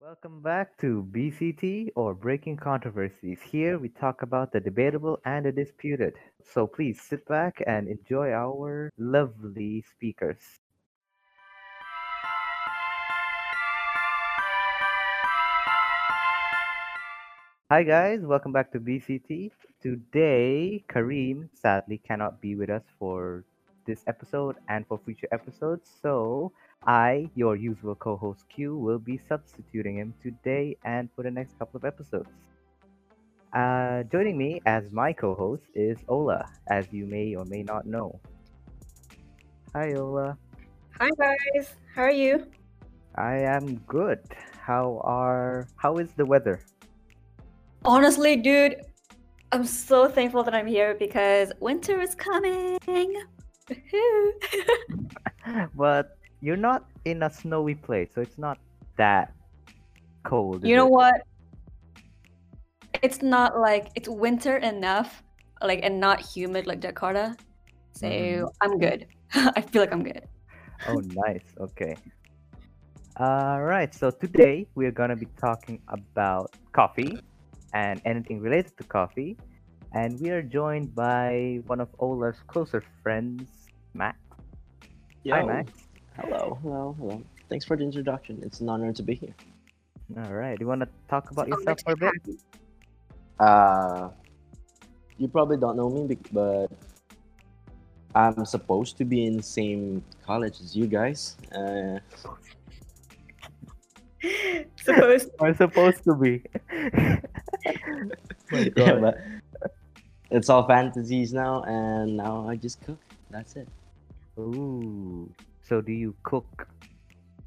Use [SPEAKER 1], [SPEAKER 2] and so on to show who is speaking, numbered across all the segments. [SPEAKER 1] Welcome back to BCT or Breaking Controversies. Here we talk about the debatable and the disputed. So please sit back and enjoy our lovely speakers. Hi guys, welcome back to BCT. Today, Kareem sadly cannot be with us for this episode and for future episodes, so I, your usual co host Q, will be substituting him today and for the next couple of episodes. Uh, joining me as my co host is Ola, as you may or may not know. Hi, Ola.
[SPEAKER 2] Hi guys, how are you?
[SPEAKER 1] I am good. How are. How is the weather?
[SPEAKER 2] Honestly, dude, I'm so thankful that I'm here because winter is coming. Woohoo.
[SPEAKER 1] but you're not in a snowy place, so it's not that cold.
[SPEAKER 2] you
[SPEAKER 1] is
[SPEAKER 2] know
[SPEAKER 1] it?
[SPEAKER 2] what? It's not like it's winter enough, like and not humid like Jakarta. So
[SPEAKER 1] Mhm.
[SPEAKER 2] I'm good. I feel like I'm good.
[SPEAKER 1] Oh, nice. Okay. All right. So today we're gonna be talking about coffee and anything related to coffee, and we are joined by one of Ola's closer friends, Max. Hi,
[SPEAKER 3] Yo.
[SPEAKER 1] Max.
[SPEAKER 3] Hello, hello, hello. Thanks for the introduction. It's an honor to be here.
[SPEAKER 1] All right. You wanna talk about
[SPEAKER 2] It's
[SPEAKER 1] yourself for a
[SPEAKER 2] already
[SPEAKER 1] bit?
[SPEAKER 2] happened.
[SPEAKER 3] Uh, you probably don't know me, bec- but I'm supposed to be in same college as you guys. Uh,
[SPEAKER 2] Supposed
[SPEAKER 1] We're supposed to be. My
[SPEAKER 3] yeah,
[SPEAKER 1] God.
[SPEAKER 3] but it's all fantasies now, and now I just cook. That's it.
[SPEAKER 1] Ooh. So do you cook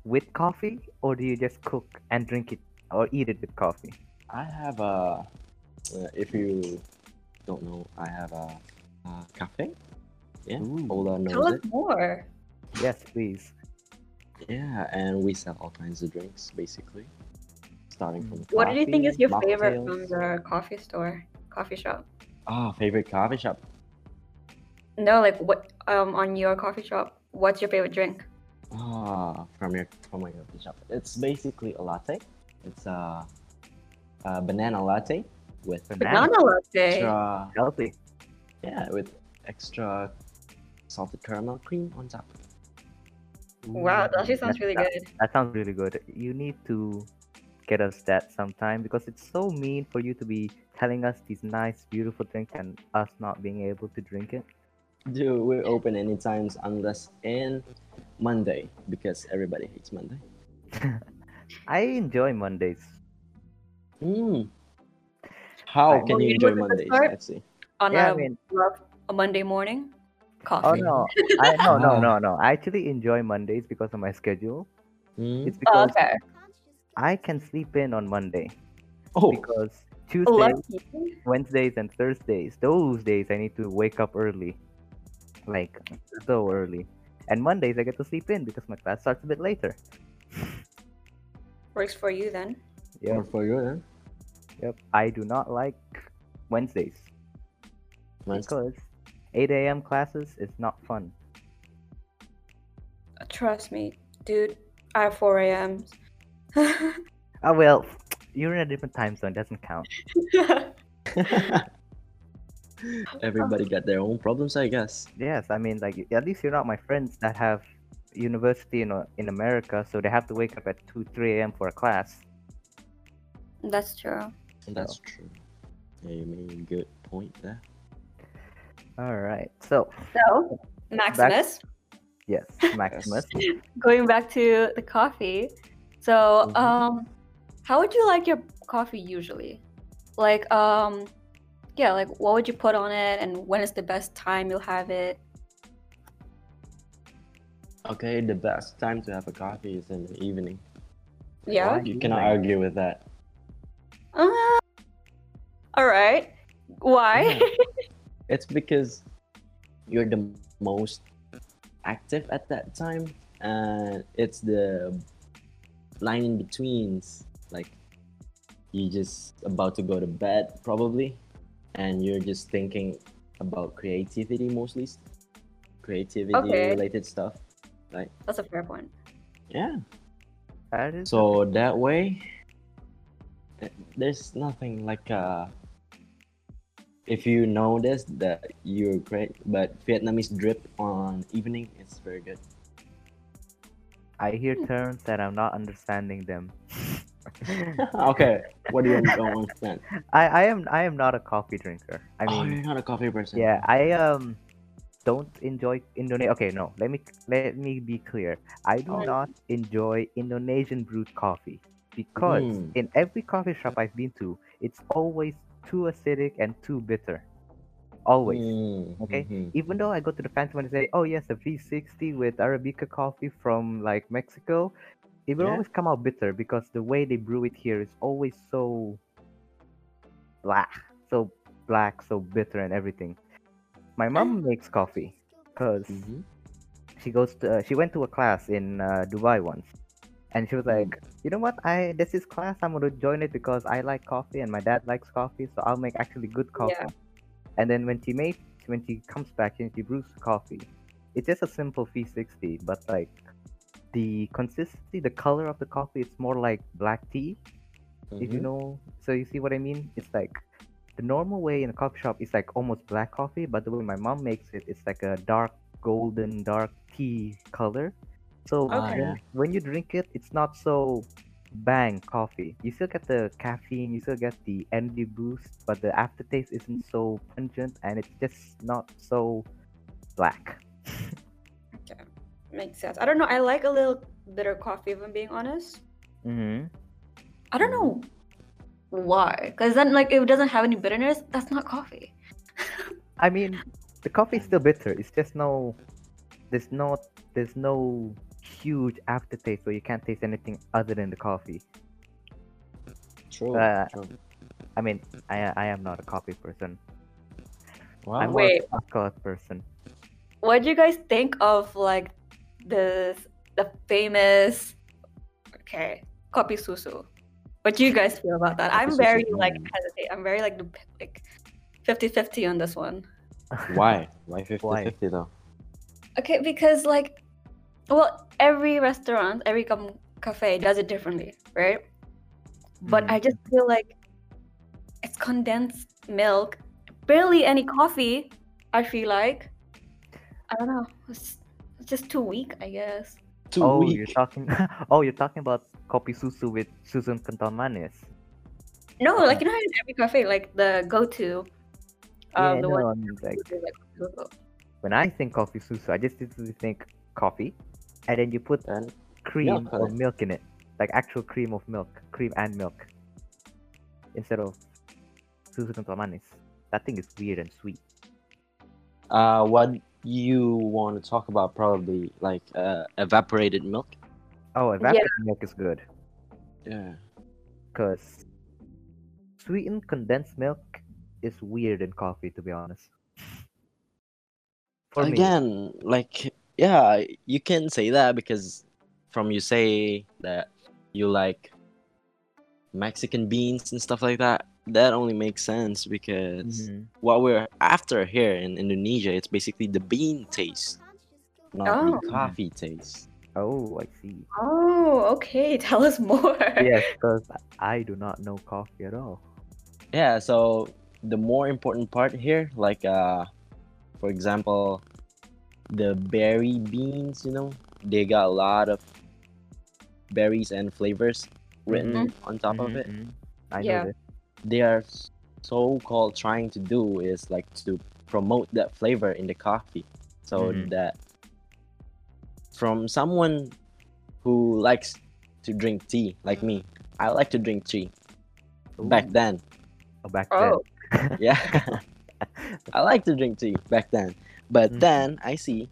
[SPEAKER 1] with coffee, or do you just cook and drink it, or eat it with coffee?
[SPEAKER 3] I have a. Uh, if you don't know, I have a, a cafe. Yeah,
[SPEAKER 1] Ooh.
[SPEAKER 3] Ola
[SPEAKER 2] tell
[SPEAKER 3] knows
[SPEAKER 2] us
[SPEAKER 3] it.
[SPEAKER 2] more.
[SPEAKER 1] Yes, please.
[SPEAKER 3] Yeah, and we sell all kinds of drinks, basically, starting from
[SPEAKER 2] What do you think is
[SPEAKER 3] coffee,
[SPEAKER 2] your favorite from
[SPEAKER 3] mocktails.
[SPEAKER 2] your coffee store, coffee shop?
[SPEAKER 3] Ah, favorite coffee shop.
[SPEAKER 2] No, like what um on your coffee shop? What's your favorite drink?
[SPEAKER 3] Ah, from your from my coffee shop. It's basically a latte. It's a, a banana latte with
[SPEAKER 1] Banana.
[SPEAKER 2] Banana latte.
[SPEAKER 3] extra
[SPEAKER 1] Healthy.
[SPEAKER 3] yeah with extra salted caramel cream on top.
[SPEAKER 2] Wow, that
[SPEAKER 1] Ooh,
[SPEAKER 2] actually sounds
[SPEAKER 1] that-
[SPEAKER 2] really
[SPEAKER 1] that-
[SPEAKER 2] good.
[SPEAKER 1] That sounds really good. You need to get us that sometime because it's so mean for you to be telling us these nice, beautiful things and us not being able to drink it.
[SPEAKER 3] Dude, we're open any times unless in Monday because everybody hates Monday.
[SPEAKER 1] I enjoy Mondays.
[SPEAKER 3] Mm. How
[SPEAKER 1] Right.
[SPEAKER 3] can
[SPEAKER 2] Well,
[SPEAKER 3] you
[SPEAKER 2] you
[SPEAKER 3] enjoy
[SPEAKER 2] know what the
[SPEAKER 3] Mondays?
[SPEAKER 2] start-
[SPEAKER 3] Let's see.
[SPEAKER 2] On
[SPEAKER 1] Yeah, I
[SPEAKER 2] a,
[SPEAKER 1] mean-
[SPEAKER 2] rough- a Monday morning,
[SPEAKER 1] Oh
[SPEAKER 2] coffee.
[SPEAKER 1] no, I no no
[SPEAKER 3] Wow.
[SPEAKER 1] no no. I actually enjoy Mondays because of my schedule.
[SPEAKER 3] Mm.
[SPEAKER 1] It's because
[SPEAKER 2] Oh, okay.
[SPEAKER 1] I can sleep in on Monday
[SPEAKER 3] Oh,
[SPEAKER 1] because Tuesdays,
[SPEAKER 2] Lucky.
[SPEAKER 1] Wednesdays, and Thursdays, those days I need to wake up early, like so early. And Mondays I get to sleep in because my class starts a bit later.
[SPEAKER 2] Works for you then.
[SPEAKER 1] Yeah.
[SPEAKER 3] for you then.
[SPEAKER 1] Yep. I do not like Wednesdays
[SPEAKER 3] Nice.
[SPEAKER 1] because 8 a.m. classes is not fun.
[SPEAKER 2] Trust me, dude. I have 4 a.m.
[SPEAKER 1] Ah, well, you're in a different time zone, doesn't count.
[SPEAKER 3] Everybody got their own problems, I guess.
[SPEAKER 1] Yes, I mean, like, at least you're not my friends that have university in, in America, so they have to wake up at 2, 3 a.m. for a class.
[SPEAKER 2] That's true.
[SPEAKER 3] That's true. Yeah, you made a good point there.
[SPEAKER 1] All right. So,
[SPEAKER 2] So, Maximus,
[SPEAKER 1] yes, Maximus.
[SPEAKER 2] going back to the coffee. So,
[SPEAKER 3] Mhm.
[SPEAKER 1] Mm-hmm.
[SPEAKER 2] um, how would you like your coffee usually? Like, um, yeah, like what would you put on it, and when is the best time you'll have it?
[SPEAKER 3] Okay, the best time to have a coffee is in the evening.
[SPEAKER 2] Yeah.
[SPEAKER 1] Why?
[SPEAKER 3] You cannot
[SPEAKER 1] Evening.
[SPEAKER 3] argue with that.
[SPEAKER 2] Uh, all right. Why?
[SPEAKER 3] It's because you're the most active at that time, and it's the line in betweens. Like, you just about to go to bed, probably, and you're just thinking about creativity mostly, creativity
[SPEAKER 2] Okay.
[SPEAKER 3] related stuff. Like,
[SPEAKER 2] That's a fair point.
[SPEAKER 3] yeah.
[SPEAKER 1] That is
[SPEAKER 3] So that way, there's nothing like uh if you notice that you're great but vietnamese drip on evening is very good
[SPEAKER 1] I hear terms that I'm not understanding them.
[SPEAKER 3] okay what do you don't understand
[SPEAKER 1] I, I am I am not a coffee drinker. I
[SPEAKER 3] oh
[SPEAKER 1] mean,
[SPEAKER 3] you're not a coffee person
[SPEAKER 1] yeah, I um don't enjoy Indonesian. Okay, no, let me let me be clear. I do
[SPEAKER 2] Oh.
[SPEAKER 1] not enjoy Indonesian brewed coffee because
[SPEAKER 3] Hmm.
[SPEAKER 1] in every coffee shop I've been to, it's always too acidic and too bitter. Always.
[SPEAKER 3] Mm,
[SPEAKER 1] okay?
[SPEAKER 3] mhm.
[SPEAKER 1] even though I go to the fancy one and say, "Oh yes, a V60 with Arabica coffee from like Mexico," it will
[SPEAKER 3] Yeah.
[SPEAKER 1] always come out bitter because the way they brew it here is always so black, so black, so bitter and everything. My mom makes coffee because
[SPEAKER 3] Mhm.
[SPEAKER 1] she goes to uh, she went to a class in uh, Dubai once, and she was
[SPEAKER 3] Mm.
[SPEAKER 1] like, "You know what? I there's this class I'm gonna join it because I like coffee and my dad likes coffee, so I'll make actually good coffee." And then when she makes when she comes back and she brews the coffee, it's just a simple V60, but like the consistency, the color of the coffee, it's more like black tea. If you
[SPEAKER 3] Mhm.
[SPEAKER 1] know, so you see what I mean? It's like the normal way in a coffee shop is like almost black coffee, but the way my mom makes it, it's like a dark golden, dark tea color. So
[SPEAKER 2] Ah,
[SPEAKER 1] when,
[SPEAKER 3] yeah.
[SPEAKER 1] when you drink it, it's not so bang coffee. You still get the caffeine, you still get the energy boost, but the aftertaste isn't so pungent and it's just not so black.
[SPEAKER 2] Makes sense. I don't know. I like a little bitter coffee, if I'm being honest.
[SPEAKER 1] Mm-hmm.
[SPEAKER 2] I don't know why. Because then, like, if it doesn't have any bitterness, that's not coffee.
[SPEAKER 1] I mean, the coffee is still bitter. It's just no, there's not, there's no huge aftertaste where you can't taste anything other than the coffee.
[SPEAKER 3] true,
[SPEAKER 1] uh,
[SPEAKER 3] true.
[SPEAKER 1] I mean, I I am not a coffee person.
[SPEAKER 3] Wow.
[SPEAKER 1] I'm
[SPEAKER 2] Wait.
[SPEAKER 1] more of a chocolate person.
[SPEAKER 2] What do you guys think of like this the famous okay copy susu? What do you guys feel about that? I'm
[SPEAKER 3] Kopi susu,
[SPEAKER 2] very like
[SPEAKER 3] mm.
[SPEAKER 2] hesitate. I'm very like dep- like 50-50 on this one.
[SPEAKER 3] why why 50
[SPEAKER 1] Why?
[SPEAKER 3] 50 though
[SPEAKER 2] Okay, because like, well, every restaurant, every com- cafe does it differently, right? But
[SPEAKER 1] Mm.
[SPEAKER 2] I just feel like it's condensed milk, barely any coffee. I feel like I don't know. It's, it's just too weak, I guess.
[SPEAKER 3] too
[SPEAKER 1] oh,
[SPEAKER 3] weak
[SPEAKER 1] you're talking. oh, you're talking about kopi susu with Susan Cantomanes.
[SPEAKER 2] No, like you know, how in every cafe, like the go-to, um,
[SPEAKER 1] yeah,
[SPEAKER 2] the
[SPEAKER 1] no,
[SPEAKER 2] one
[SPEAKER 1] I mean, like
[SPEAKER 2] with, like, logo.
[SPEAKER 1] when I think coffee susu, I just usually think coffee, and then you put
[SPEAKER 3] and
[SPEAKER 1] cream
[SPEAKER 3] Milk on
[SPEAKER 1] or
[SPEAKER 3] it.
[SPEAKER 1] milk in it, like actual cream of milk, cream and milk, instead of susu Cantomanes. That thing is weird and sweet.
[SPEAKER 3] uh what you want to talk about probably like uh evaporated milk
[SPEAKER 1] Oh, evaporated milk is good.
[SPEAKER 3] yeah
[SPEAKER 1] because sweetened condensed milk is weird in coffee to be honest for me
[SPEAKER 3] again like yeah you can say that because from you say that you like mexican beans and stuff like that that only makes sense because
[SPEAKER 1] Mhm.
[SPEAKER 3] what we're after here in indonesia it's basically the bean taste not
[SPEAKER 2] Oh.
[SPEAKER 3] the coffee taste
[SPEAKER 1] oh i see
[SPEAKER 2] Oh, okay. Tell us more.
[SPEAKER 1] yes because i do not know coffee at all
[SPEAKER 3] yeah so the more important part here like uh for example the berry beans you know they got a lot of berries and flavors written on top of it
[SPEAKER 1] Mhm. i
[SPEAKER 2] Yeah.
[SPEAKER 1] know this
[SPEAKER 3] they are so called trying to do is like to promote that flavor in the coffee so
[SPEAKER 1] Mhm.
[SPEAKER 3] that from someone who likes to drink tea like me i like to drink tea
[SPEAKER 1] Ooh,
[SPEAKER 3] back then
[SPEAKER 1] oh, back
[SPEAKER 2] Oh,
[SPEAKER 3] yeah i like to drink tea back then but
[SPEAKER 1] Mhm.
[SPEAKER 3] then i see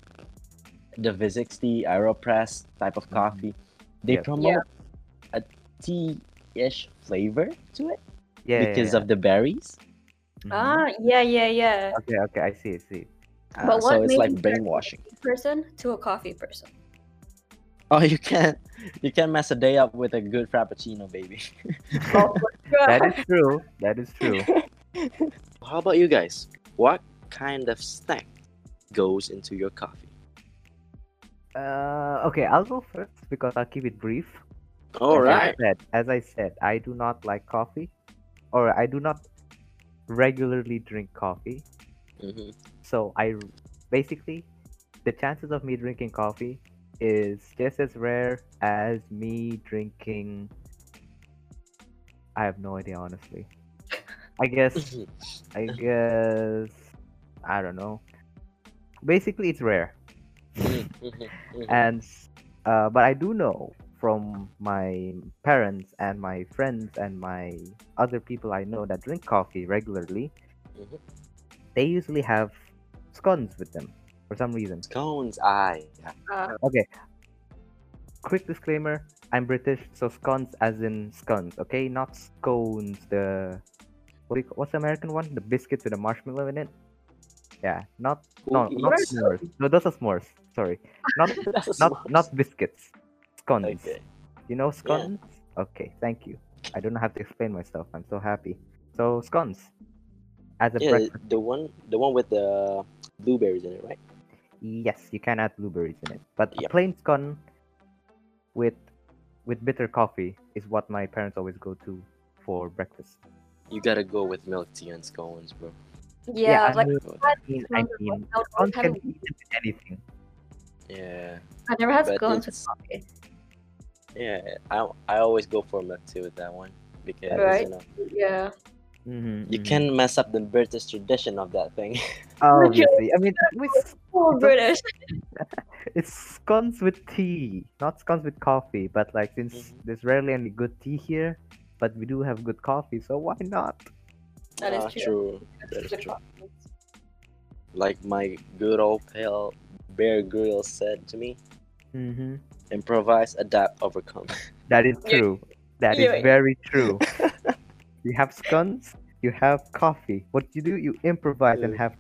[SPEAKER 3] the v60 aeropress type of
[SPEAKER 1] Mhm.
[SPEAKER 3] coffee
[SPEAKER 1] Yes.
[SPEAKER 3] they
[SPEAKER 1] Yeah.
[SPEAKER 3] promote a tea-ish flavor to it
[SPEAKER 1] then yeah
[SPEAKER 3] because
[SPEAKER 1] yeah,
[SPEAKER 3] of the berries
[SPEAKER 1] yeah. Mhm.
[SPEAKER 2] ah, yeah, yeah, yeah.
[SPEAKER 1] okay okay i see i see
[SPEAKER 3] Uh,
[SPEAKER 2] But what
[SPEAKER 3] so it's
[SPEAKER 2] made
[SPEAKER 3] like
[SPEAKER 2] you turn-
[SPEAKER 3] brainwashing
[SPEAKER 2] Person to a coffee person.
[SPEAKER 3] oh you can't you can't mess a day up with a good frappuccino baby
[SPEAKER 1] that is true that is true
[SPEAKER 3] how about you guys what kind of snack goes into your coffee
[SPEAKER 1] uh okay i'll go first because i'll keep it brief As
[SPEAKER 4] All right.
[SPEAKER 1] I said, as I said, I do not like coffee, or I do not regularly drink coffee.
[SPEAKER 3] hmm
[SPEAKER 1] So I r- basically, the chances of me drinking coffee is just as rare as me drinking. I have no idea, honestly. I guess. I guess. I don't know. Basically, it's rare
[SPEAKER 3] Mm-hmm.
[SPEAKER 1] and uh, but I do know from my parents and my friends and my other people I know that drink coffee regularly,
[SPEAKER 3] Mhm.
[SPEAKER 1] they usually have scones with them for some reason.
[SPEAKER 3] Scones, I.
[SPEAKER 1] Quick disclaimer: I'm British, so scones as in scones, okay, not scones. The what do you, ca- what's the American one? The biscuits with a marshmallow in it. Yeah, not no, not
[SPEAKER 3] Cookies.
[SPEAKER 1] s'mores. No, those are s'mores. Sorry, not
[SPEAKER 3] That's
[SPEAKER 1] not
[SPEAKER 3] smart.
[SPEAKER 1] not biscuits. Scones.
[SPEAKER 3] Okay.
[SPEAKER 1] You know scones? Okay, thank you. I don't have to explain myself. I'm so happy. So scones. As a
[SPEAKER 3] Yeah,
[SPEAKER 1] breakfast.
[SPEAKER 3] the one, the one with the blueberries in it, right?
[SPEAKER 1] Yes, you can add blueberries in it. But a
[SPEAKER 3] Yep.
[SPEAKER 1] plain scone with with bitter coffee is what my parents always go to for breakfast.
[SPEAKER 3] You gotta go with milk tea and scones, bro.
[SPEAKER 2] Yeah,
[SPEAKER 1] I
[SPEAKER 2] like
[SPEAKER 1] mean,
[SPEAKER 3] Go with-
[SPEAKER 1] I mean, I
[SPEAKER 2] scones are
[SPEAKER 1] mean,
[SPEAKER 2] I, would
[SPEAKER 1] scones
[SPEAKER 2] always
[SPEAKER 1] can
[SPEAKER 2] have,
[SPEAKER 1] be eaten with anything.
[SPEAKER 3] Yeah,
[SPEAKER 2] I never had
[SPEAKER 3] but
[SPEAKER 2] scones with
[SPEAKER 3] it's-
[SPEAKER 2] coffee.
[SPEAKER 3] yeah. I, I always go for milk tea with that one because
[SPEAKER 2] Right.
[SPEAKER 3] you know
[SPEAKER 2] Yeah.
[SPEAKER 1] Mhm,
[SPEAKER 3] you
[SPEAKER 1] mhm.
[SPEAKER 3] can mess up the British tradition of that thing.
[SPEAKER 1] obviously. I mean, with,
[SPEAKER 2] Oh,
[SPEAKER 1] It's
[SPEAKER 2] British.
[SPEAKER 1] it's scones with tea, not scones with coffee. But like, since
[SPEAKER 3] Mhm.
[SPEAKER 1] there's rarely any good tea here, but we do have good coffee, so why not?
[SPEAKER 2] That is
[SPEAKER 3] Ah,
[SPEAKER 2] true.
[SPEAKER 3] That is
[SPEAKER 2] With
[SPEAKER 3] true.
[SPEAKER 2] coffee.
[SPEAKER 3] Like my good old pal Bear Grylls said to me,
[SPEAKER 1] Mm-hmm.
[SPEAKER 3] improvise, adapt, overcome.
[SPEAKER 1] That is
[SPEAKER 2] Yeah.
[SPEAKER 1] true. That is
[SPEAKER 2] Yeah.
[SPEAKER 1] very true. you have scones, you have coffee. What you do, you improvise and
[SPEAKER 3] Yeah.
[SPEAKER 1] have.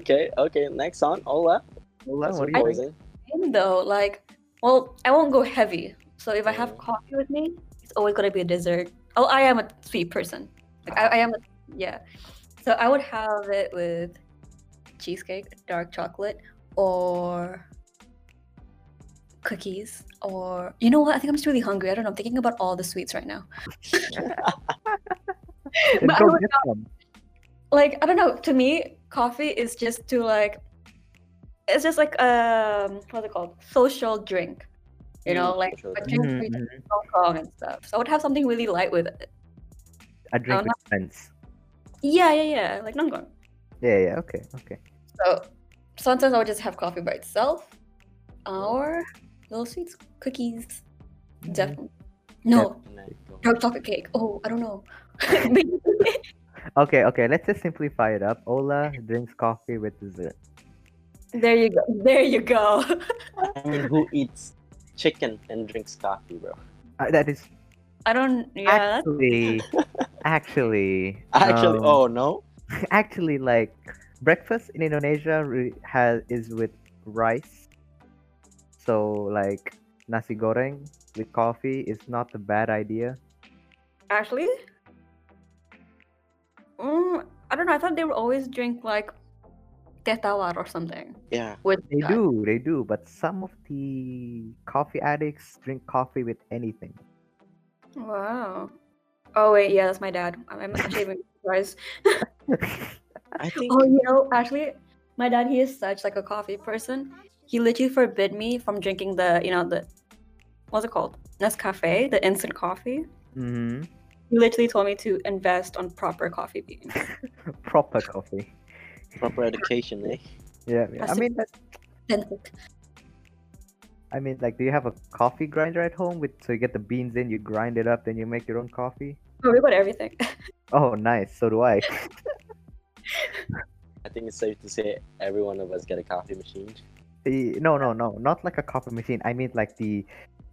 [SPEAKER 3] okay, okay. Next on, Ola.
[SPEAKER 1] Ola,
[SPEAKER 3] That's
[SPEAKER 1] what
[SPEAKER 3] your
[SPEAKER 1] do you think?
[SPEAKER 3] poison.
[SPEAKER 2] thing, though like well i won't go heavy so if i have
[SPEAKER 3] Mm.
[SPEAKER 2] coffee with me it's always going to be a dessert oh i am a sweet person like I, I am a, yeah so i would have it with cheesecake dark chocolate or cookies or you know what i think i'm just really hungry i don't know i'm thinking about all the sweets right now
[SPEAKER 1] Then
[SPEAKER 2] But I
[SPEAKER 1] go
[SPEAKER 2] would
[SPEAKER 1] get one.
[SPEAKER 2] like I don't know. To me, coffee is just to like, it's just like um, what's it called? Social drink. You know,
[SPEAKER 3] Mm,
[SPEAKER 2] like
[SPEAKER 3] social
[SPEAKER 2] a
[SPEAKER 3] drink.
[SPEAKER 2] drink where you
[SPEAKER 1] Mhm,
[SPEAKER 2] drink Hong Kong and stuff. So I would have something really light with it.
[SPEAKER 1] A drink
[SPEAKER 2] I'm
[SPEAKER 1] with friends.
[SPEAKER 2] Yeah, yeah, yeah. Like Nongong.
[SPEAKER 1] Yeah, yeah, okay, okay.
[SPEAKER 2] So sometimes I would just have coffee by itself, or little sweets, cookies.
[SPEAKER 1] Mhm.
[SPEAKER 2] Definitely. No,
[SPEAKER 3] Nice.
[SPEAKER 2] dark chocolate cake. Oh, I don't know. Basically,
[SPEAKER 1] Okay, okay, let's just simplify it up. Ola drinks coffee with dessert.
[SPEAKER 2] there you go. There you go.
[SPEAKER 3] I mean, who eats chicken and drinks coffee, bro?
[SPEAKER 1] Uh, that is
[SPEAKER 2] I don't. Yeah. that's-
[SPEAKER 1] actually, actually,
[SPEAKER 3] Actually,
[SPEAKER 1] um,
[SPEAKER 3] oh no.
[SPEAKER 1] actually like breakfast in Indonesia re- has is with rice. So like nasi goreng with coffee is not a bad idea.
[SPEAKER 2] Actually, mm, I don't know. I thought they would always drink like teh tawar or something.
[SPEAKER 3] Yeah.
[SPEAKER 2] With
[SPEAKER 1] They
[SPEAKER 2] that.
[SPEAKER 1] do, they do, but some of the coffee addicts drink coffee with anything.
[SPEAKER 2] Wow. Oh wait, yeah, that's my dad. I'm, I'm actually even surprised.
[SPEAKER 3] I think.
[SPEAKER 2] Oh, you know, actually, my dad he is such like a coffee person. He literally forbid me from drinking the you know the what's it called Nescafe, the instant coffee.
[SPEAKER 1] hmm
[SPEAKER 2] He literally told me to invest on proper coffee beans.
[SPEAKER 1] Proper coffee.
[SPEAKER 3] proper education, eh?
[SPEAKER 1] Yeah, yeah. I
[SPEAKER 2] Plastic.
[SPEAKER 1] mean, that,
[SPEAKER 2] Authentic.
[SPEAKER 1] I mean, like, do you have a coffee grinder at home? With so you get the beans in, you grind it up, then you make your own coffee.
[SPEAKER 2] Oh, we got everything.
[SPEAKER 1] Oh, nice. So do I.
[SPEAKER 3] I think it's safe to say every one of us get a coffee machine.
[SPEAKER 1] The, Eh, no, no, no, not like a coffee machine. I mean like the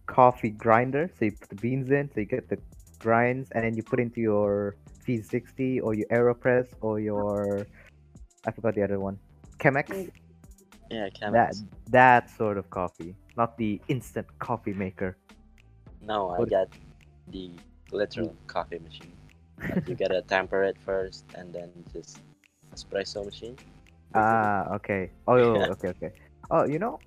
[SPEAKER 1] coffee grinder. So you put the beans in, so you get the grinds, and then you put into your C60 or your Aeropress or your I forgot the other one, Chemex.
[SPEAKER 2] Mm,
[SPEAKER 3] Yeah, Chemex.
[SPEAKER 1] That that sort of coffee, not the instant coffee maker.
[SPEAKER 3] No, I
[SPEAKER 1] What-
[SPEAKER 3] got the literal coffee machine. Like you gotta temper it first, and then just espresso machine.
[SPEAKER 1] Ah, okay. Oh,
[SPEAKER 3] Yeah.
[SPEAKER 1] okay, okay. Oh, you know,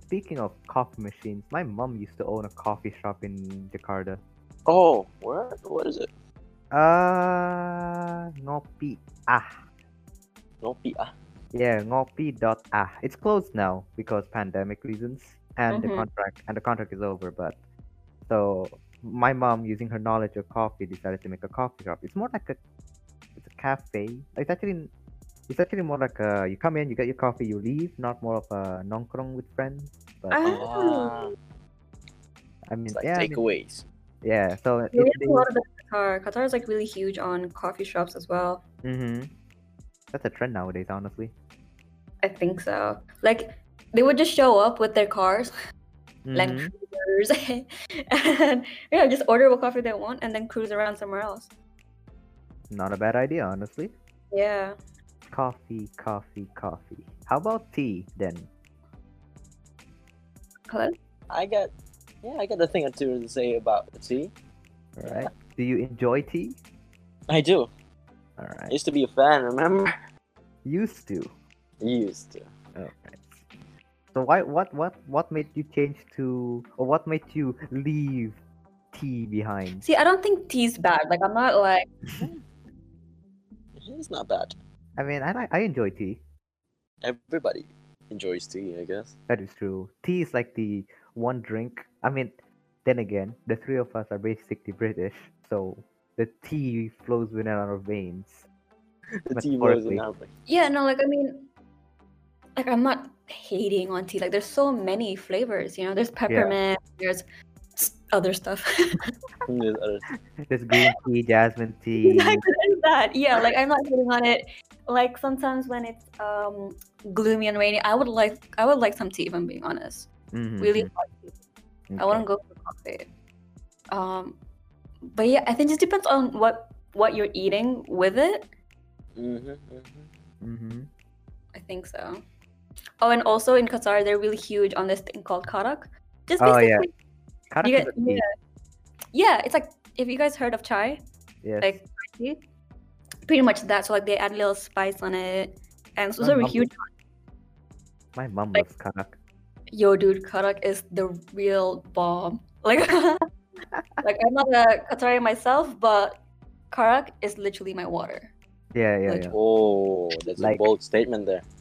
[SPEAKER 1] speaking of coffee machines, my mom used to own a coffee shop in Jakarta.
[SPEAKER 4] Oh, what? What is it?
[SPEAKER 1] Uh, Ngopi Ah.
[SPEAKER 4] No P. Ah.
[SPEAKER 1] Yeah, Ngopi dot Ah. It's closed now because pandemic reasons and the
[SPEAKER 2] Mhm.
[SPEAKER 1] contract and the contract is over. But so my mom, using her knowledge of coffee, decided to make a coffee shop. It's more like a, it's a cafe. It's actually, it's actually more like a you come in, you get your coffee, you leave. Not more of a nongkrong with friends. But
[SPEAKER 2] Ah.
[SPEAKER 4] Ah,
[SPEAKER 1] I mean,
[SPEAKER 4] it's like
[SPEAKER 1] yeah, I mean,
[SPEAKER 4] takeaways.
[SPEAKER 1] yeah. So it,
[SPEAKER 2] Yeah, we have
[SPEAKER 1] they-
[SPEAKER 2] a lot of that in Qatar. Qatar is like really huge on coffee shops as well.
[SPEAKER 1] Mm-hmm. That's a trend nowadays, honestly.
[SPEAKER 2] I think so. Like they would just show up with their cars, like
[SPEAKER 1] Mhm.
[SPEAKER 2] cruisers, and yeah, just order what coffee they want and then cruise around somewhere else.
[SPEAKER 1] Not a bad idea, honestly.
[SPEAKER 2] Yeah.
[SPEAKER 1] Coffee, coffee, coffee. How about tea then?
[SPEAKER 2] Hello.
[SPEAKER 4] I got, yeah, I got a thing or two to say about tea.
[SPEAKER 1] All right. Do you enjoy tea?
[SPEAKER 4] I do.
[SPEAKER 1] All
[SPEAKER 4] I
[SPEAKER 1] right.
[SPEAKER 4] used to be a fan. Remember?
[SPEAKER 1] Used to.
[SPEAKER 4] Used to.
[SPEAKER 1] All right. So why? What? What? What made you change to, or what made you leave tea behind?
[SPEAKER 2] See, I don't think tea's bad. Like I'm not like
[SPEAKER 4] It's not bad.
[SPEAKER 1] I mean, I like. I enjoy tea.
[SPEAKER 4] Everybody enjoys tea, I guess.
[SPEAKER 1] That is true. Tea is like the one drink. I mean, then again, the three of us are basically British, so the tea flows within our veins.
[SPEAKER 4] The tea was
[SPEAKER 1] Metaphorically.
[SPEAKER 4] an outbreak.
[SPEAKER 2] yeah, no, like I mean, like I'm not hating on tea. Like there's so many flavors. You know, there's peppermint. There's other stuff.
[SPEAKER 4] And there's other-
[SPEAKER 1] There's green tea, jasmine tea.
[SPEAKER 2] Exactly, there's that. Yeah, like I'm not hating on it. Like sometimes when it's um gloomy and rainy, I would like I would like some tea. If I'm being honest,
[SPEAKER 1] Mhm,
[SPEAKER 2] really hot tea.
[SPEAKER 1] mhm,
[SPEAKER 2] I wouldn't go for coffee. Um, but yeah, I think it just depends on what what you're eating with it.
[SPEAKER 4] Mhm, mhm.
[SPEAKER 1] okay. Mhm.
[SPEAKER 2] I think so. Oh, and also in Qatar, they're really huge on this thing called karak. Just
[SPEAKER 1] Oh,
[SPEAKER 2] basically,
[SPEAKER 1] yeah. Karak
[SPEAKER 2] You
[SPEAKER 1] is
[SPEAKER 2] get-
[SPEAKER 1] a tea.
[SPEAKER 2] yeah, it's like if you guys heard of chai,
[SPEAKER 1] Yes.
[SPEAKER 2] like tea, pretty much that. So like they add a little spice on it, and
[SPEAKER 1] My
[SPEAKER 2] so those are
[SPEAKER 1] mom
[SPEAKER 2] huge.
[SPEAKER 1] My mom
[SPEAKER 2] like-
[SPEAKER 1] loves karak.
[SPEAKER 2] Yo, dude, karak is the real bomb. Like, like I'm not a Qatari myself, but karak is literally my water.
[SPEAKER 1] Yeah, yeah,
[SPEAKER 2] Like-
[SPEAKER 1] yeah.
[SPEAKER 4] Oh, that's
[SPEAKER 1] Like-
[SPEAKER 4] a bold statement there.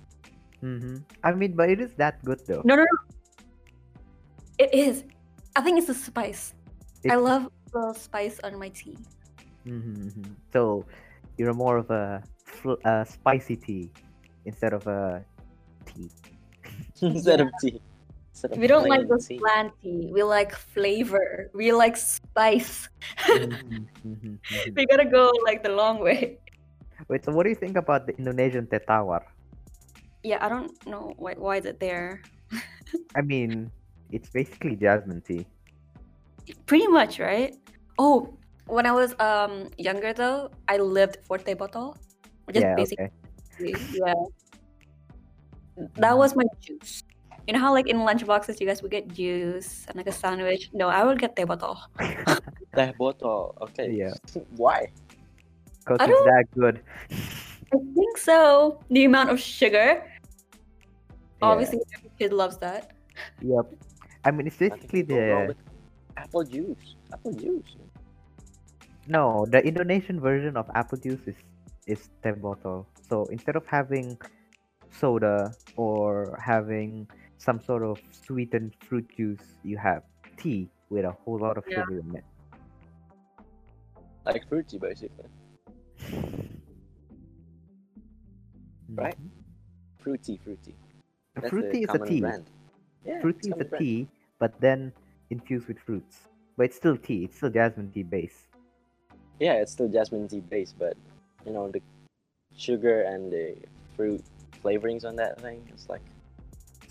[SPEAKER 1] Mm-hmm. I mean, but it is that good though.
[SPEAKER 2] No, no, no. It is. I think it's the spice. I
[SPEAKER 1] It's-
[SPEAKER 2] love the spice on my tea.
[SPEAKER 1] Mm-hmm. So, you're more of a, fl- a spicy tea instead of a tea.
[SPEAKER 4] Instead of tea. Instead of
[SPEAKER 2] We don't like
[SPEAKER 4] plain
[SPEAKER 2] those
[SPEAKER 4] tea.
[SPEAKER 2] bland tea. We like flavor. We like spice.
[SPEAKER 1] Mhm, mhm, mhm.
[SPEAKER 4] Mm-hmm.
[SPEAKER 2] We gotta go like the long way.
[SPEAKER 1] Wait, so what do you think about the Indonesian tetawar?
[SPEAKER 2] Yeah, I don't know why. Why is it there?
[SPEAKER 1] I mean, it's basically jasmine tea.
[SPEAKER 2] Pretty much, right? Oh, when I was um younger though, I lived for Teh Botol, which is
[SPEAKER 1] yeah,
[SPEAKER 2] basically
[SPEAKER 1] okay.
[SPEAKER 2] yeah. That was my juice. You know how like in lunch boxes you guys would get juice and like a sandwich? No, I would get teh botol.
[SPEAKER 4] Teh botol. Okay.
[SPEAKER 1] Yeah.
[SPEAKER 4] Why?
[SPEAKER 1] Because
[SPEAKER 2] I
[SPEAKER 1] it's
[SPEAKER 2] don't-
[SPEAKER 1] that good.
[SPEAKER 2] I think so. The amount of sugar.
[SPEAKER 1] Yeah,
[SPEAKER 2] Obviously every kid loves that.
[SPEAKER 1] Yep. I mean, it's
[SPEAKER 4] Nothing
[SPEAKER 1] basically
[SPEAKER 4] can go wrong
[SPEAKER 1] the
[SPEAKER 4] with apple juice. Apple juice.
[SPEAKER 1] no, the Indonesian version of apple juice is is ten bottle. So instead of having soda or having some sort of sweetened fruit juice, you have tea with a whole lot of
[SPEAKER 2] Yeah.
[SPEAKER 1] sugar in it.
[SPEAKER 4] Like fruity, basically. Right.
[SPEAKER 1] Mhm.
[SPEAKER 4] Fruity, fruity.
[SPEAKER 1] A
[SPEAKER 4] Mm-hmm. That's
[SPEAKER 1] fruity
[SPEAKER 4] the
[SPEAKER 1] is a
[SPEAKER 4] common
[SPEAKER 1] tea.
[SPEAKER 4] brand. Yeah, it's
[SPEAKER 1] fruity is
[SPEAKER 4] common
[SPEAKER 1] a
[SPEAKER 4] brand.
[SPEAKER 1] tea, but then infused with fruits. But it's still tea. It's still jasmine tea base.
[SPEAKER 4] Yeah, it's still jasmine tea base, but you know the sugar and the fruit flavorings on that thing is like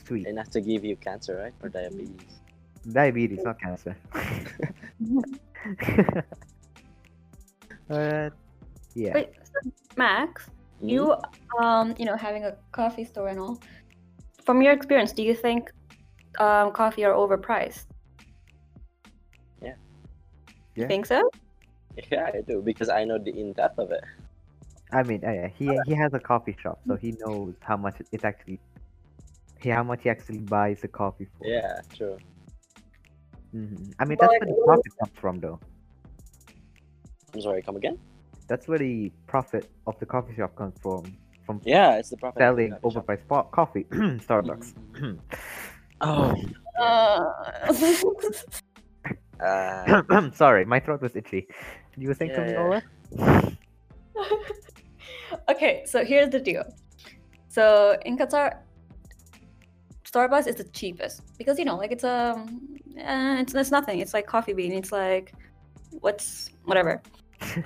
[SPEAKER 1] Sweet.
[SPEAKER 4] enough to give you cancer, right? Or diabetes.
[SPEAKER 1] Diabetes, not cancer. but yeah.
[SPEAKER 2] Wait, so Max, you um, you know, having a coffee store and all. From your experience, do you think um coffee are overpriced?
[SPEAKER 4] Yeah.
[SPEAKER 1] Yeah.
[SPEAKER 2] You think so?
[SPEAKER 3] Hmm?
[SPEAKER 4] Yeah, I do because I know the in depth of it.
[SPEAKER 1] I mean, uh, he he has a coffee shop, so he knows how much it- it's actually Hey, how much he actually buys the coffee for.
[SPEAKER 3] Yeah, true.
[SPEAKER 1] Mhm. I mean,
[SPEAKER 2] Well,
[SPEAKER 1] that's
[SPEAKER 2] I
[SPEAKER 1] where the
[SPEAKER 2] know-
[SPEAKER 1] profit comes from, though.
[SPEAKER 3] I'm sorry, come again?
[SPEAKER 1] That's where the profit of the coffee shop comes from. From
[SPEAKER 3] Yeah, it's the profit. of the
[SPEAKER 1] selling
[SPEAKER 3] coffee shop.
[SPEAKER 1] overpriced po- coffee, Starbucks.
[SPEAKER 3] Hmm.
[SPEAKER 5] Oh,
[SPEAKER 2] Uh,
[SPEAKER 3] Uh,
[SPEAKER 1] Sorry, my throat was itchy. You were saying
[SPEAKER 3] Yeah,
[SPEAKER 1] something,
[SPEAKER 3] yeah.
[SPEAKER 1] Ola?
[SPEAKER 2] okay, so here's the deal. So in Qatar, Starbucks is the cheapest because you know, like it's um, uh, it's, it's nothing. It's like coffee bean. It's like what's whatever.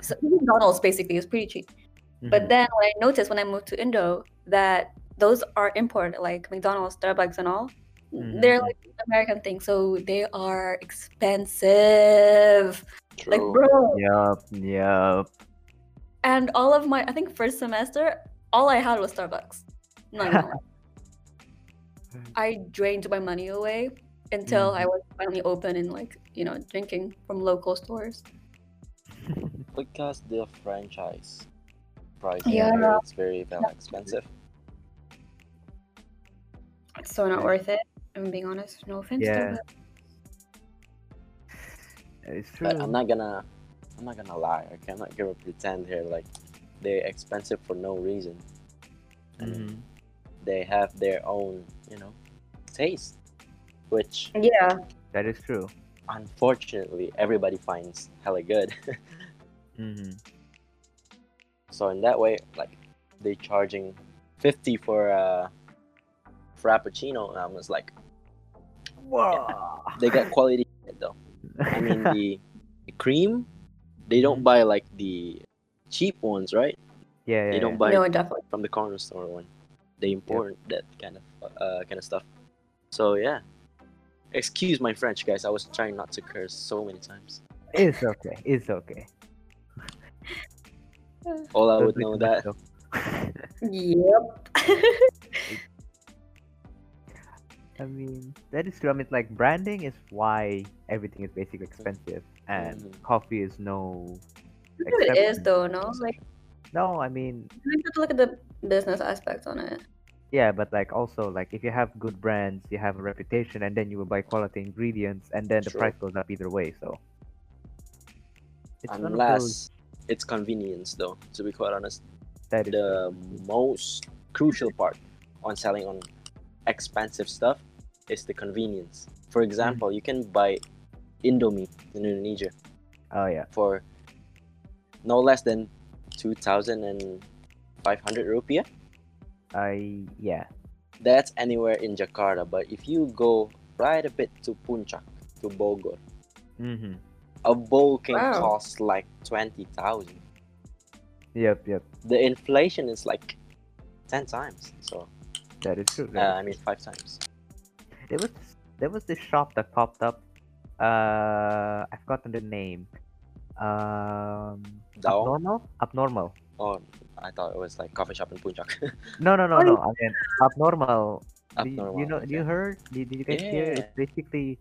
[SPEAKER 2] so McDonald's basically is pretty cheap.
[SPEAKER 1] Mm-hmm.
[SPEAKER 2] But then what I noticed when I moved to Indo that those are imported, like McDonald's, Starbucks, and all. They're
[SPEAKER 1] Mhm.
[SPEAKER 2] like American things, so they are expensive.
[SPEAKER 3] true.
[SPEAKER 2] Like, bro,
[SPEAKER 1] Yup, yup.
[SPEAKER 2] and all of my i think first semester all i had was starbucks Not gonna lie. i drained my money away until i was finally open and like you know drinking from local stores
[SPEAKER 3] because the franchise price
[SPEAKER 2] Yeah.
[SPEAKER 3] here is very very expensive.
[SPEAKER 2] it's so not worth it i'm being honest no offense
[SPEAKER 1] Yeah.
[SPEAKER 2] Starbucks.
[SPEAKER 1] It's true.
[SPEAKER 3] But I'm not gonna, I'm not gonna lie. Okay, I'm not gonna pretend here like they're expensive for no reason. I mean,
[SPEAKER 1] Mhm.
[SPEAKER 3] They have their own, you know, taste, which
[SPEAKER 2] yeah
[SPEAKER 1] That is true.
[SPEAKER 3] unfortunately everybody finds hella good.
[SPEAKER 1] hmm
[SPEAKER 3] so in that way, like they charging fifty for a frappuccino, and I was like,
[SPEAKER 1] Whoa.
[SPEAKER 3] they got quality shit, though. I mean the, the cream, they don't buy like the cheap ones, right?
[SPEAKER 1] yeah, yeah,
[SPEAKER 3] They don't
[SPEAKER 1] yeah.
[SPEAKER 3] buy
[SPEAKER 2] no definitely
[SPEAKER 3] from the corner store one. They import that kind of uh, kind of stuff. So yeah, excuse my French, guys. I was trying not to curse so many times.
[SPEAKER 1] It's okay. It's okay.
[SPEAKER 3] All I
[SPEAKER 1] Don't
[SPEAKER 3] would
[SPEAKER 1] make
[SPEAKER 3] know
[SPEAKER 1] a
[SPEAKER 3] that.
[SPEAKER 1] mess,
[SPEAKER 2] yep
[SPEAKER 1] though. I mean, that is true. I mean, like branding is why everything is basically expensive, and
[SPEAKER 3] Mhm.
[SPEAKER 1] coffee is no.
[SPEAKER 2] That's what it is
[SPEAKER 1] exception.
[SPEAKER 2] though no like
[SPEAKER 1] No, I mean,
[SPEAKER 2] you have to look at the business aspect on it
[SPEAKER 1] yeah, but like also like if you have good brands, you have a reputation, and then you will buy quality ingredients, and then the
[SPEAKER 3] True.
[SPEAKER 1] price goes up either way. So. It's one of those-
[SPEAKER 3] Unless it's convenience, though. To be quite honest,
[SPEAKER 1] that is true.
[SPEAKER 3] the most crucial part on selling on expensive stuff is the convenience. For example,
[SPEAKER 1] Mm.
[SPEAKER 3] you can buy Indomie in Indonesia
[SPEAKER 1] Oh yeah.
[SPEAKER 3] for no less than 2,500 rupiah.
[SPEAKER 1] I yeah.
[SPEAKER 3] That's anywhere in Jakarta. But if you go right a bit to Puncak, to Bogor,
[SPEAKER 1] Mm-hmm.
[SPEAKER 3] a bowl can
[SPEAKER 2] Wow.
[SPEAKER 3] cost like 20,000.
[SPEAKER 1] Yep, yep.
[SPEAKER 3] The inflation is like 10 times. So,
[SPEAKER 1] That is true.
[SPEAKER 3] uh,
[SPEAKER 1] that
[SPEAKER 3] I mean, five times.
[SPEAKER 1] there was there was this shop that popped up. Uh, I've forgotten the name. Um,
[SPEAKER 3] Dao?
[SPEAKER 1] abnormal. Abnormal.
[SPEAKER 3] Oh, I thought it was like coffee shop in Puncak.
[SPEAKER 1] No, no, no,
[SPEAKER 2] Oh,
[SPEAKER 1] no. I mean, abnormal. Do you-
[SPEAKER 3] Abnormal,
[SPEAKER 1] you know? You
[SPEAKER 3] okay.
[SPEAKER 1] heard? Did, did you guys hear? It's basically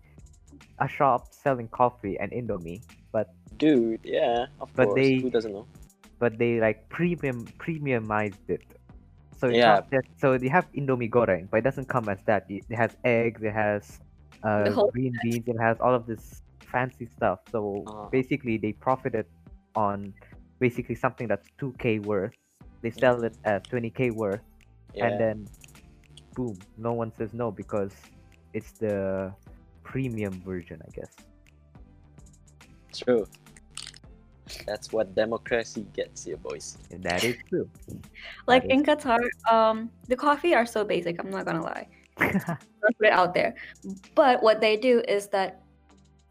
[SPEAKER 1] a shop selling coffee and Indomie,
[SPEAKER 3] Dude, yeah, of
[SPEAKER 1] But
[SPEAKER 3] course.
[SPEAKER 1] they-
[SPEAKER 3] Who doesn't know?
[SPEAKER 1] but they like premium premiumized it. So it's
[SPEAKER 3] Yeah.
[SPEAKER 1] not just, so you have Indomie goreng, but it doesn't come as that. It it has eggs, it has uh,
[SPEAKER 2] whole
[SPEAKER 1] green beans, it has all of this fancy stuff. So
[SPEAKER 3] Uh-huh.
[SPEAKER 1] basically, they profited on basically something that's two k worth. They sell it as twenty k worth,
[SPEAKER 3] Yeah.
[SPEAKER 1] and then boom, no one says no because it's the premium version, I guess.
[SPEAKER 3] True. That's what democracy gets you, boys.
[SPEAKER 1] And that is true.
[SPEAKER 2] like
[SPEAKER 1] is-
[SPEAKER 2] in qatar um the coffee are so basic i'm not gonna lie let's put it out there. But what they do is that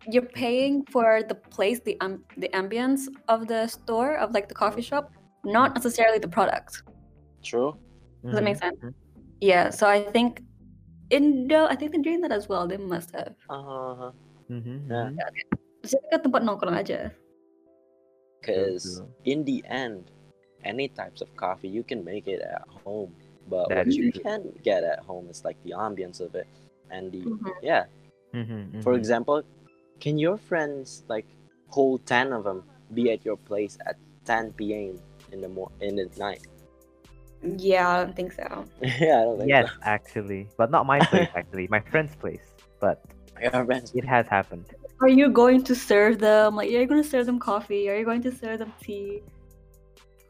[SPEAKER 2] you're paying for the place, the um, the ambience of the store, of like the coffee shop, not necessarily the product.
[SPEAKER 3] True.
[SPEAKER 2] Does that make sense?
[SPEAKER 1] Mhm.
[SPEAKER 2] Yeah. So I think Indo, I think they're doing that as well. They must have.
[SPEAKER 3] Uh-huh.
[SPEAKER 1] Mm-hmm,
[SPEAKER 3] Yeah.
[SPEAKER 2] It's just like a tempat nongkrong aja.
[SPEAKER 3] Because
[SPEAKER 1] true.
[SPEAKER 3] in the end, any types of coffee you can make it at home. But
[SPEAKER 1] That
[SPEAKER 3] what
[SPEAKER 1] is
[SPEAKER 3] you
[SPEAKER 1] true.
[SPEAKER 3] can get at home is like the ambience of it, and the
[SPEAKER 2] Mhm.
[SPEAKER 3] yeah.
[SPEAKER 1] Mm-hmm,
[SPEAKER 3] For example, can your friends like whole ten of them be at your place at 10 p.m. in the mor- in the night?
[SPEAKER 2] Yeah, I don't think so.
[SPEAKER 3] yeah, I don't think
[SPEAKER 1] yes, actually, but not my place. Actually, my friend's place. But
[SPEAKER 3] so. Your friends-
[SPEAKER 1] it has happened.
[SPEAKER 2] Are you going to serve them? Like, are you going to serve them coffee? Are you going to serve them tea?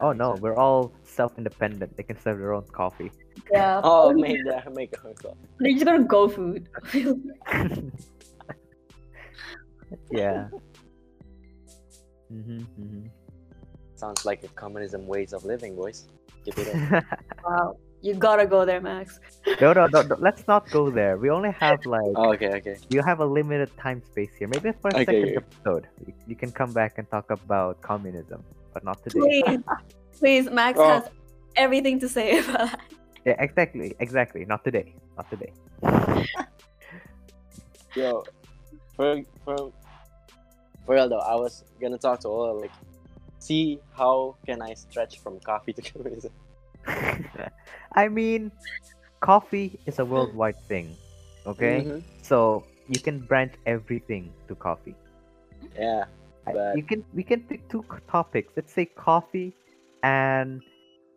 [SPEAKER 1] Oh no, we're all self-independent. They can serve their own coffee.
[SPEAKER 2] Yeah.
[SPEAKER 3] Oh, make that make a call.
[SPEAKER 2] They're just gonna go food.
[SPEAKER 1] Yeah. hmm hmm
[SPEAKER 3] Sounds like a communism ways of living, boys. Keep it up.
[SPEAKER 2] wow. You gotta go there, Max.
[SPEAKER 1] no, no, no, no, Let's not go there. We only have like
[SPEAKER 3] Oh, okay, okay.
[SPEAKER 1] you have a limited time space here. Maybe for a
[SPEAKER 3] Okay,
[SPEAKER 1] second
[SPEAKER 3] okay.
[SPEAKER 1] episode, you, you can come back and talk about communism, but not today.
[SPEAKER 2] Please, please, Max
[SPEAKER 3] Oh.
[SPEAKER 2] has everything to say about that.
[SPEAKER 1] Yeah, exactly, exactly. Not today. Not today.
[SPEAKER 3] Yo, for for for real though, I was gonna talk to Ola like, see how can I stretch from coffee to communism?
[SPEAKER 1] I mean, coffee is a worldwide thing. Okay,
[SPEAKER 3] Mhm.
[SPEAKER 1] so you can branch everything to coffee.
[SPEAKER 3] Yeah.
[SPEAKER 1] I-
[SPEAKER 3] But-
[SPEAKER 1] You can we can pick two c- topics. Let's say coffee, and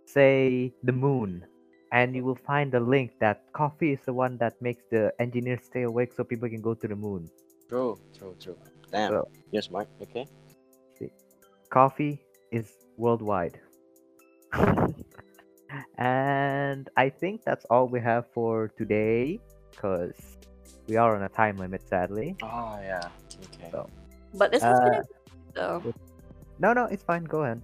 [SPEAKER 1] say the moon, and you will find a link that coffee is the one that makes the engineers stay awake so people can go to the moon.
[SPEAKER 3] True. True. True. Damn.
[SPEAKER 1] So-
[SPEAKER 3] You're smart. Okay.
[SPEAKER 1] Coffee is worldwide, and I think that's all we have for today, cause we are on a time limit, sadly.
[SPEAKER 3] Oh yeah. Okay.
[SPEAKER 1] So-
[SPEAKER 2] But this
[SPEAKER 3] Uh,
[SPEAKER 2] has been a though.
[SPEAKER 1] No, no, it's fine. Go ahead.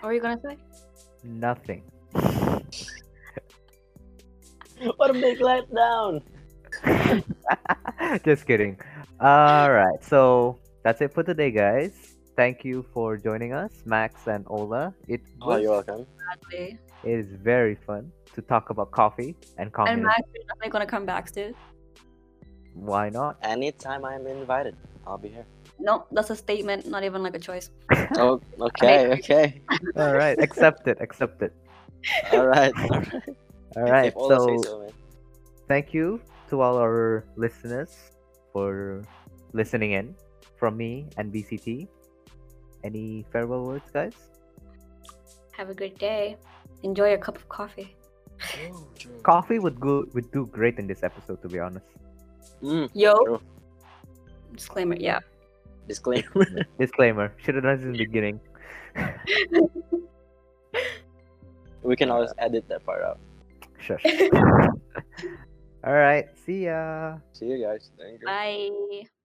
[SPEAKER 2] What were you gonna say?
[SPEAKER 1] Nothing.
[SPEAKER 3] what a big letdown.
[SPEAKER 1] Just kidding. All right, so that's it for today, guys. Thank you for joining us, Max and Ola. It
[SPEAKER 3] Oh,
[SPEAKER 1] was
[SPEAKER 3] you're welcome.
[SPEAKER 2] Actually.
[SPEAKER 1] it is very fun to talk about coffee and
[SPEAKER 2] And
[SPEAKER 1] communism.
[SPEAKER 2] Max is definitely gonna come back to.
[SPEAKER 1] Why not?
[SPEAKER 3] Anytime I'm invited, I'll be here.
[SPEAKER 2] No, that's a statement, not even like a choice.
[SPEAKER 3] Oh, okay, okay.
[SPEAKER 1] All right, accept it, accept it.
[SPEAKER 3] All right. All right.
[SPEAKER 1] All right,
[SPEAKER 3] If Ola
[SPEAKER 1] so,
[SPEAKER 3] says so, man.
[SPEAKER 1] thank you to all our listeners for listening in. From me and BCT, any farewell words, guys?
[SPEAKER 2] Have a great day. Enjoy your cup of coffee.
[SPEAKER 3] True, true.
[SPEAKER 1] Coffee would go would do great in this episode, to be honest.
[SPEAKER 3] Mm,
[SPEAKER 2] Yo.
[SPEAKER 3] True.
[SPEAKER 2] Disclaimer, yeah.
[SPEAKER 3] disclaimer.
[SPEAKER 1] Disclaimer: should have done this in the beginning.
[SPEAKER 3] we can always edit that part out.
[SPEAKER 1] Shush. All right. See ya.
[SPEAKER 3] See you guys. Thank you.
[SPEAKER 2] Bye.